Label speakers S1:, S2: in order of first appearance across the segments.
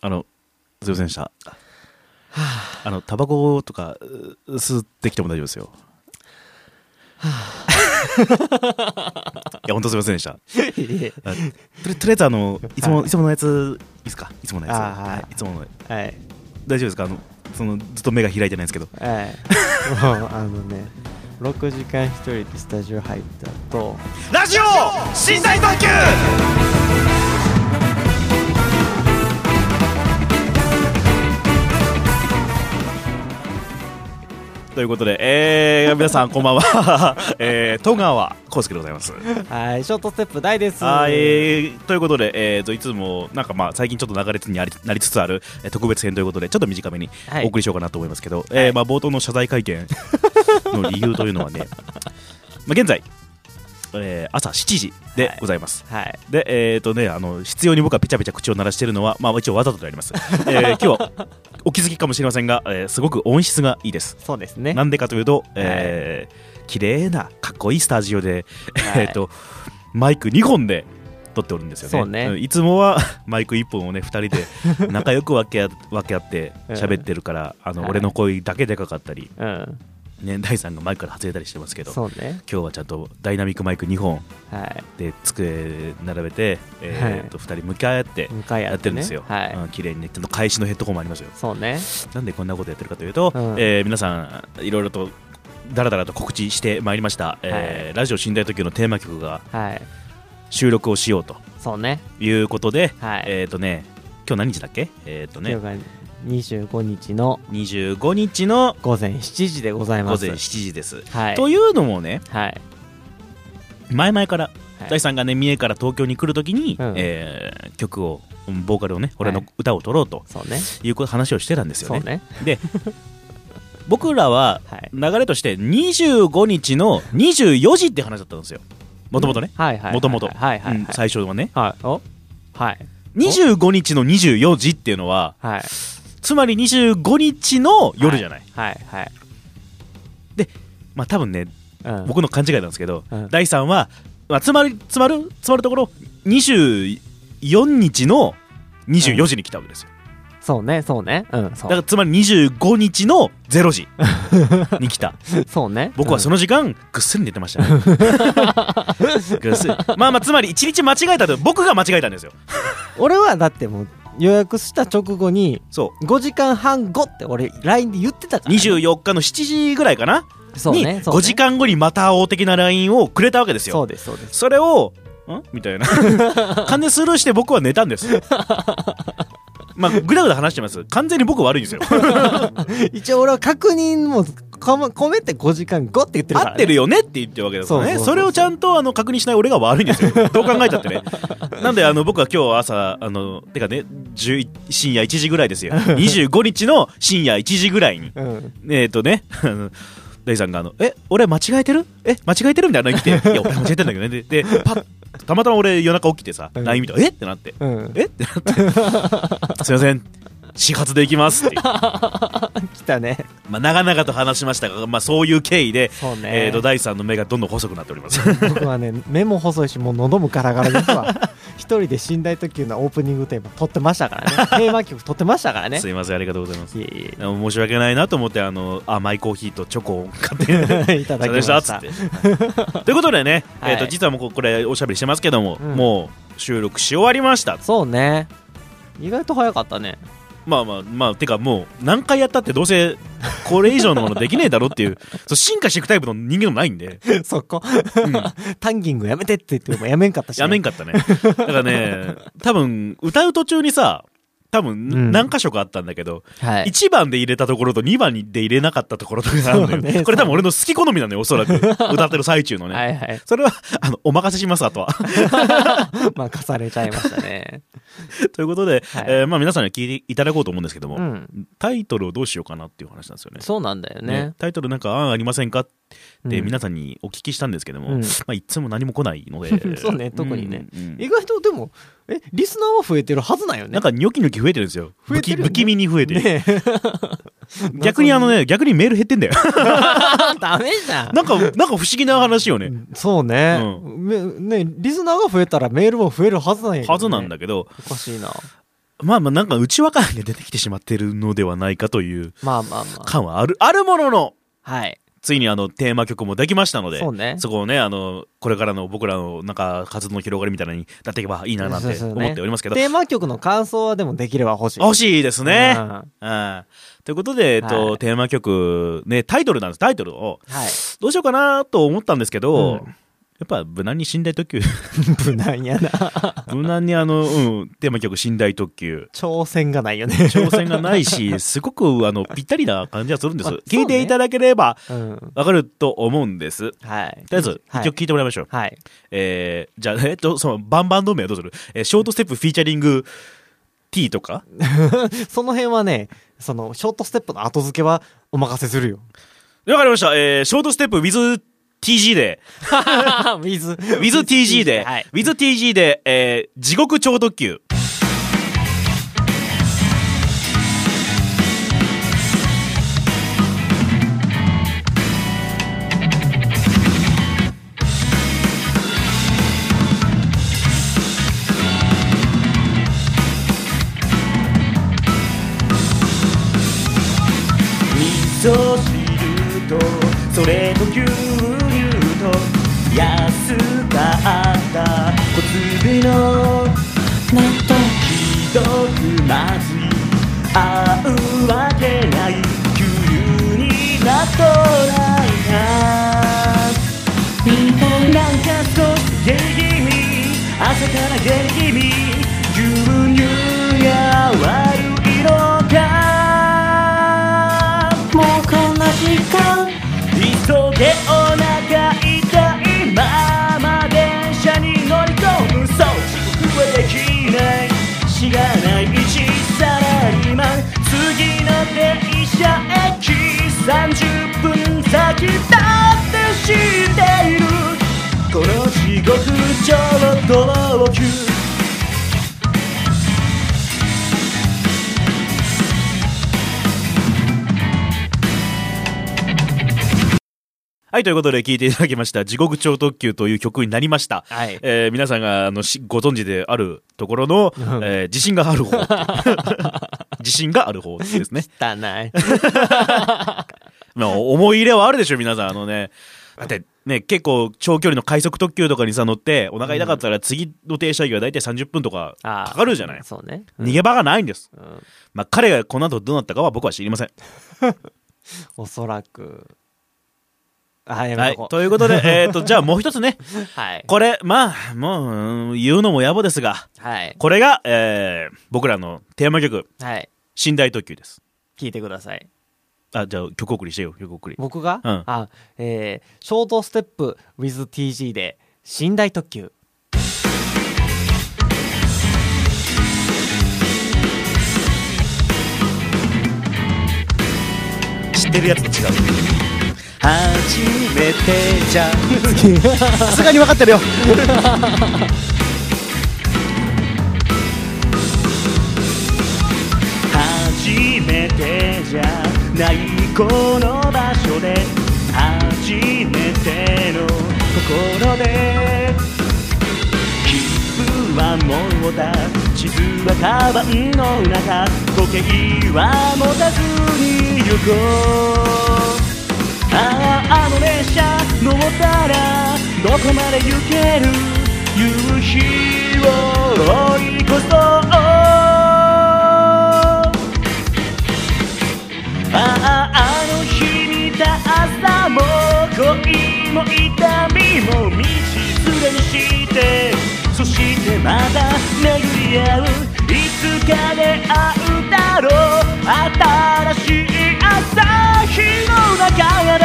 S1: あの、すいませんでした。あの、タバコとかう吸ってきても大丈夫ですよ。いや、本当すいませんでした。あとりとりあえず、あの、いつも、
S2: はい
S1: い、つものやつ、いいですかいつものやつ。
S2: あーはい
S1: はい、いつもの、
S2: はい
S1: 大丈夫ですかあの、その、ずっと目が開いてないんですけど。
S2: はいもうあのね6時間一人でスタジオ入ったと
S1: ラジオ震災特急ということで、えー、皆さんこんばんは、 えー、戸川浩介でございます。
S2: はいショートステップ大です
S1: はい、えーということで、えー、といつもなんかまあ最近ちょっと流れつにありなりつつあるえー特別編ということでちょっと短めに
S2: はい
S1: お送りしようかなと思いますけど、えーまあ、冒頭の謝罪会見の理由というのは ね、まあ、現在、えー朝7時でございます。
S2: はい
S1: で、えーとね、あの必要に僕がぺちゃぺちゃ口を鳴らしているのは、まあ、一応わざとであります、えー今日はお気づきかもしれませんが、えーすごく音質がいいです
S2: そうですね
S1: なんでかというと、えー綺麗なかっこいいスタジオで、
S2: はい
S1: えーとマイク2本で撮っておるんですよね。
S2: そうね
S1: んいつもは マイク1本をね2人で 仲良く分けあ分け合って
S2: うん
S1: 喋ってるから、あの
S2: はい
S1: 俺の声だけでかかったり、
S2: うん
S1: ね、大さんがマイクから外れたりしてますけど今
S2: そうね
S1: 日はちゃんとダイナミックマイク2本
S2: はい
S1: で机並べて、えーと2人向かい合って
S2: 向かい合
S1: や
S2: っ
S1: って
S2: て
S1: るん
S2: ね
S1: ですよ。
S2: はい
S1: うん綺麗にねちゃんと返しのヘッドホンもありますよ。
S2: そうね
S1: なんでこんなことやってるかというと、
S2: うん
S1: えー皆さんいろいろとだらだらと告知してまいりました、えーラジオ寝台特急のテーマ曲が
S2: はい
S1: 収録をしようと
S2: そうね
S1: いうことで、
S2: はい
S1: えっ、とね今日何日だっけえっ、とね
S2: 今日が25日の
S1: 25日の
S2: 午前7時でござい
S1: 午
S2: ます
S1: 前7時です、
S2: はい
S1: というのもね
S2: はい
S1: 前々から
S2: はい
S1: 大さんがね三重から東京に来るときに、
S2: うん
S1: えー曲をうんボーカルをね俺の
S2: はい
S1: 歌を取ろうと
S2: そうね
S1: いうこと話をしてたんですよ
S2: そう
S1: ねで
S2: ね
S1: 僕らは
S2: はい
S1: 流れとして25日の24時って話だったんですよもともとね
S2: はいはい
S1: もともと
S2: はいはいはい
S1: 最初はね
S2: はいおはい
S1: 25日の24時っていうのは
S2: はい
S1: つまり25日の夜じゃない、
S2: はいはい
S1: まあ多分ね
S2: うん
S1: 僕の勘違いなんですけど、
S2: うん
S1: 第3は、まあ、つまりつまるつまるところ24日の24時に来たわけですよ、
S2: そうねそうねうんそ
S1: だか
S2: う
S1: らつまり25日の0時に来た
S2: そうね
S1: 僕はそ
S2: の
S1: の時間、ぐっすり寝てましたねぐっすりまあまあつまり1日間違えたと僕が間違えたんですよ
S2: 俺はだってもう予約した直後に
S1: そ
S2: 5時間半後って俺 LINE で言ってた
S1: う
S2: からね
S1: 24日の7時ぐらいかな、
S2: そう
S1: に
S2: ねそうね
S1: 5時間後にまた会おう的な LINE をくれたわけですよ
S2: そうですそうです
S1: それをんみたいな完全スルーして僕は寝たんですよまあぐだぐだ話してます完全に僕悪いんですよ
S2: 一応俺は確認もこま込めて5時間後って言ってるから
S1: 合
S2: ね
S1: ってるよねって言ってるわけですからね
S2: そうそうそう
S1: そ
S2: そう
S1: れをちゃんとあの確認しない俺が悪いんですよ どう考えたってねなんであの僕は今日朝あのてかね11深夜1時ぐらい ですよ25日の深夜1時ぐらいに
S2: うん
S1: えっ、ー、とね、あの大さんがあの、え、俺間違えてるえ、間違えてるみたいなの来て、い や、俺間違えてんだけどね。で、でパッたまたま俺夜中起きてさ、
S2: うん
S1: LINE 見たら、えってなって、
S2: うん
S1: えってな って、すいません、始発で行きますっていう。
S2: 来たね
S1: まあ、長々と話しましたが、まあ、そういう経緯で、
S2: そう
S1: え
S2: ね
S1: ーと、大さんの目がどんどん細くなっております。
S2: 僕はね目も細いしもう喉もガラガラです わ一人で寝台特急のオープニングテーマ撮ってました からねテーマ曲撮ってましたからね
S1: すいません、ありがとうございます。
S2: いえい
S1: あの申し訳ないなと思って、あの、甘いコーヒーとチョコを買って。
S2: え いただきまし た
S1: そうでしたっつってということでね、
S2: はい
S1: えー、と実はもうここれおしゃべりしてますけども、
S2: うん
S1: もう収録し終わりました
S2: そうね意外と早かったね
S1: まあまあまあてかもう何回やったってどうせこれ以上のものできねえだろっていう そう進化していくタイプの人間でもないんで、
S2: そこ
S1: うん
S2: タンギングやめてって言ってもやめんかったしね、
S1: やめんかったねだからね多分歌う途中にさ多
S2: うん
S1: 分何箇所かあったんだけど、
S2: はい
S1: 1番で入れたところと2番で入れなかったところとかあるんだよ、
S2: そうね
S1: これ多分俺の好き好みなのよおそらく歌ってる最中のね、
S2: はい はい
S1: それはあのお任せしますあ とは
S2: まあ貸されちゃいましたね
S1: ということで、
S2: はい
S1: えーまあ、皆さんには聞いていただこうと思うんですけども、
S2: うん
S1: タイトルをどうしようかなっていう話なんですよね
S2: そうなんだよね
S1: タイトルなんか案ありませんかっ
S2: うん
S1: て皆さんにお聞きしたんですけども、
S2: うん
S1: まあ、いつも何も来ないので
S2: そうね特にね
S1: うんうん
S2: 意外とでもえリスナーは増えてるはずなんよね
S1: なんかニョキニョキ増えてるんですよ
S2: 増えてるよね
S1: 不気不気味に増えてる、
S2: ねえ
S1: 逆にあの ね逆にメール減ってんだよ
S2: ダメじゃん
S1: なんかなんか不思議な話よね、
S2: そうね,、
S1: う
S2: めねリスナーが増えたらメールも増えるはずなんやけどね、
S1: はずなんだけど
S2: おかしいな
S1: まあまあなんか内輪感が出てきてしまってるのではないかという
S2: まあまあまあ
S1: 感はあるあるものの
S2: はい
S1: ついにあのテーマ曲もできましたので
S2: そうね
S1: そこをねあのこれからの僕らのなんか活動の広がりみたいなのになっていけばいいななんて
S2: そうそうそうね
S1: 思っておりますけど、
S2: テーマ曲の感想はでもできれば欲しい
S1: 欲しいですね、
S2: うん
S1: うんということで、えっと
S2: はい
S1: テーマ曲、ね、タイトルなんですタイトルを
S2: はい
S1: どうしようかなと思ったんですけど、
S2: うん
S1: やっぱ無難に寝台特 急
S2: 無 難やな
S1: 無難にあの、うん、テーマ曲寝台特急
S2: 挑戦がないよね
S1: 挑戦がないしすごくあのぴったりな感じはするんです、
S2: まあそう
S1: 聞
S2: ね
S1: いていただければ
S2: うん
S1: わかると思うんですと
S2: はい
S1: りあえず、
S2: はい
S1: 一曲聞いてもらいましょう、
S2: はい
S1: えー、じゃあえっとそのバンバンド名はどうする、えーショートステップフィーチャリング T とか
S2: その辺はねそのショートステップの後付けはお任せするよ
S1: わかりました、えー、ショートステップ WithTG で
S2: 水
S1: WithTG で、
S2: はい
S1: WithTG で、えー地獄超特急。味噌汁とそれと牛乳と安かった小粒の納豆ひどくまずい合うわけない牛乳に納豆ないななんか少しゲリゲリ朝からゲリゲリ牛乳が悪いのかもうこんな時間急げお腹痛いまま電車に乗り込むそう遅刻はできないしがない一サラリーマン次の電車駅30分先だって知っているこの地獄上の泥級はい、ということで聞いていただきました、地獄超特急という曲になりました。
S2: はい
S1: えー皆さんがあのしご存知であるところの、えー自信がある 方っていう。自信がある方ですね。
S2: 汚い
S1: まあ、思い入れはあるでしょ、皆 さん。あのね。だって、ね、結構長距離の快速特急とかにさ、乗って、お腹痛かったら次の停車駅は大体30分とか
S2: あー
S1: かかるじゃない。
S2: そうねうん
S1: 逃げ場がないんです。
S2: うん
S1: まあ、彼がこの後どうなったかは僕は知りません。
S2: おそらくあや
S1: はい
S2: めとこ。う
S1: ということ で、えっ、と、じゃあもう一つね。
S2: はい
S1: これ、まあ、もう、うん言うのも野暮ですが、
S2: はい
S1: これが、えー僕らのテーマ曲、
S2: はい
S1: 寝台特急です。
S2: 聞いてください
S1: あ、じゃあ曲送りしてよ、曲送り。
S2: 僕が、
S1: うん
S2: あ、えー、ショートステップ WithTG で寝台特急
S1: 知ってるやつと違う。初めてじゃ。さすがに分かってるよ。
S3: 初めてじゃないこの場所で初めてのところで切符はもうだ地図はカバンの中時計は持たずに行こうあああの列車乗ったらどこまで行ける夕日を追い越そうあああの日見た朝も恋も痛みも道連れにしてそしてまた巡り合ういつか出会うだろう新しい朝日の中で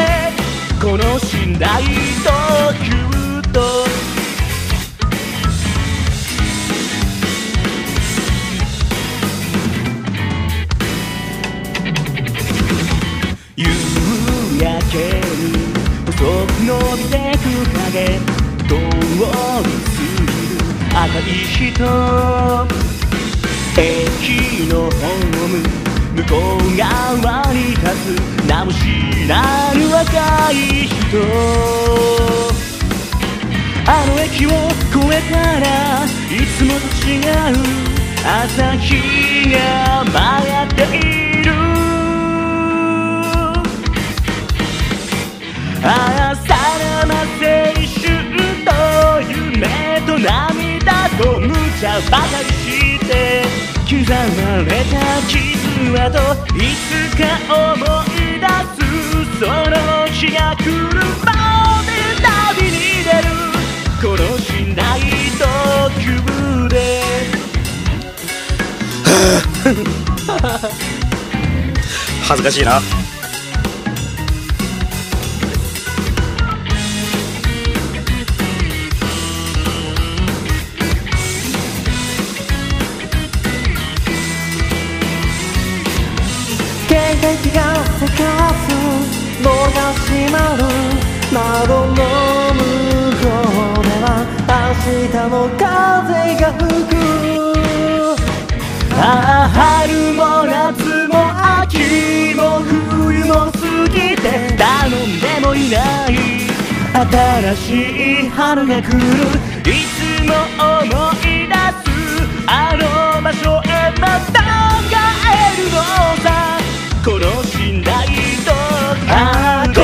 S3: この寝台特急と夕焼ける細く伸びてく影通り過ぎる赤い人駅のホーム向こう側に立つ名も知らぬ若い人あの駅を越えたらいつもと違う朝日が舞っているああさらば青春と夢と涙と無茶ばかりして刻まれた傷跡いつか思い出すその日が来るまで旅に出るこのしない特急で
S4: 恥ずかしいな
S5: 現役がせかすドアが閉まる窓の向こうでは明日の風が吹く
S3: ああ春も夏も秋も冬も過ぎて頼んでもいない新しい春が来るいつも思い出すあの場所へまた帰るのさこの信頼とああこの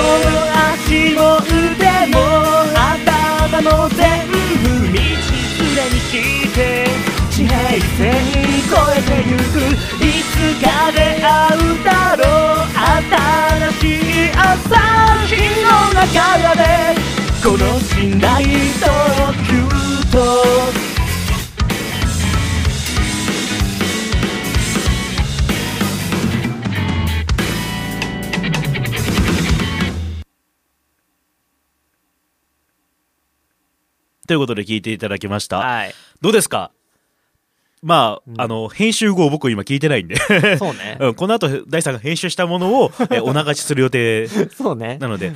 S3: 足も腕も頭も全部道すれにして地平線越えてゆくいつか出会うだろう新しい朝日の中でこの信頼とキュート
S1: ということで聞いていただきました。
S6: はい。
S1: どうですかまあ、あの、編集後僕今聞いてないんで。
S6: そう ね。
S1: うん、この後、大さんが編集したものを、えお流しする予定
S6: そうね
S1: な。の で、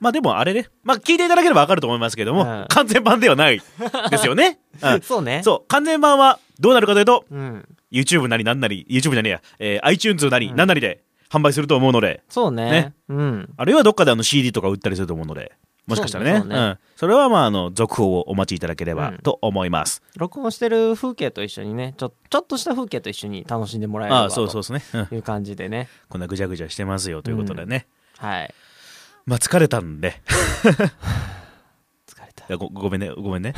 S1: まあでもあれね、まあ聞いていただければわかると思いますけども、
S6: うん
S1: 完全版ではないですよ ね。うん、
S6: そうね
S1: そう、完全版はどうなるかというと、
S6: うん。
S1: YouTube なりなんなり、YouTube じゃねえや、えー iTunes なりなんなりで販売すると思うので、
S6: そうね。
S1: ね
S6: うん。
S1: あるいはどっかであの CD とか売ったりすると思うので、もしかしたらね、
S6: そううねそうね
S1: ん、それはまああの、続報をお待ちいただければと思います。
S6: 録音してる風景と一緒にね、ちょ、ちょっとした風景と一緒に楽しんでもらえれば
S1: ああ、
S6: と
S1: そうそうですね。うん
S6: いう感じでね。
S1: こんなぐじゃぐじゃしてますよということでね。
S6: はい。
S1: まあ疲れたんで、
S6: 疲れた
S1: い。やごごめんね、ごめん ね。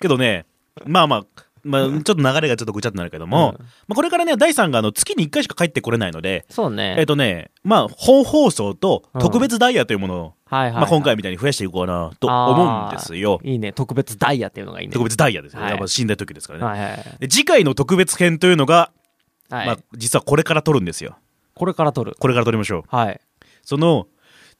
S1: けどね、まあまあ、まあ、ちょっと流れがちょっとぐちゃっとなるけども、まあ、これからね、第3があの月に1回しか帰ってこれないので、
S6: そうね。
S1: えっ、とね、まあ、本放送と特別ダイヤというものを、
S6: はいはい、はい。
S1: まあ、今回みたいに増やしていこうかなと思うんですよ
S6: あ。ーいいね。特別ダイヤっていうのがいいね。
S1: 特別ダイヤですよ。
S6: はい
S1: やっぱ死んだ時ですからね、
S6: はいはいはい。
S1: で次回の特別編というのが、
S6: はい
S1: まあ、実はこれから撮るんですよ。
S6: これから撮る。
S1: これから撮りましょう。
S6: はい。
S1: その、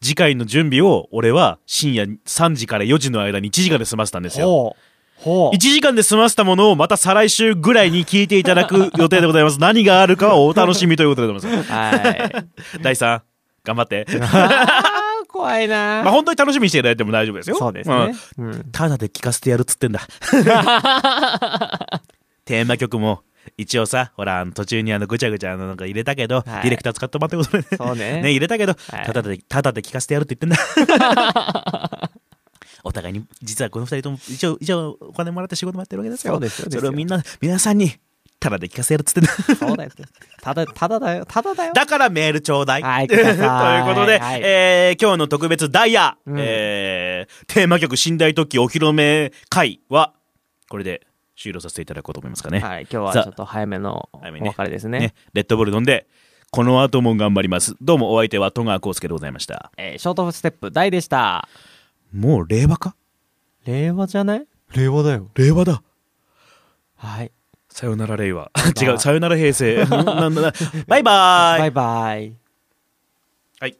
S1: 次回の準備を俺は深夜3時から4時の間に1時間で済ませたんですよ。
S6: ほう。ほう。
S1: 1時間で済ませたものをまた再来週ぐらいに聞いていただく予定でござい ます。何があるかはお楽しみということでございま
S6: はい。
S1: す。第3、頑張って。
S6: あー怖いなー、
S1: まあ本当に楽しみにしていただいても大丈夫ですよ。
S6: そうですね。うん。
S1: うん。ただで聞かせてやるっつってん だ。テーマ曲も、一応さ、ほら、あの途中にあのぐちゃぐちゃのなんか入れたけど、
S6: はい
S1: ディレクター使ってもらってこと でね。
S6: そうね
S1: 入れたけど、
S6: はい
S1: ただで、ただで聞かせてやるって言ってん だ。お互いに、実はこの二人とも、一応、一応、お金もらって仕事もやってるわけですよ。
S6: そうですよ
S1: それをみんな、皆さんに、ただで聞かせてやるっつ ってんだ。
S6: そうだよ。ただ、ただだよ。ただだよ。
S1: だからメールちょうだい。
S6: はい
S1: と
S6: く
S1: いう
S6: ださ い
S1: ことで、
S6: はい
S1: えー今日の特別ダイヤ、えーテーマ曲寝台特急お披露目会は、これで終了させていただこうと思いますかね。
S6: はい。今日はち
S1: さあ
S6: ょっと早めのお
S1: 早めにね
S6: 別れですね。
S1: ね、レッドボール飲んで、この後も頑張ります。どうもお相手は戸川康介でございました。
S6: えーショートステップ大でした。
S1: もう令和か
S6: 令和じゃない令和だよ。
S1: 令和だ。
S6: はい。
S1: さよなら令和。 違う、さよなら平成。うんなんだなバイバーイ。
S6: バイバイ。
S1: はい。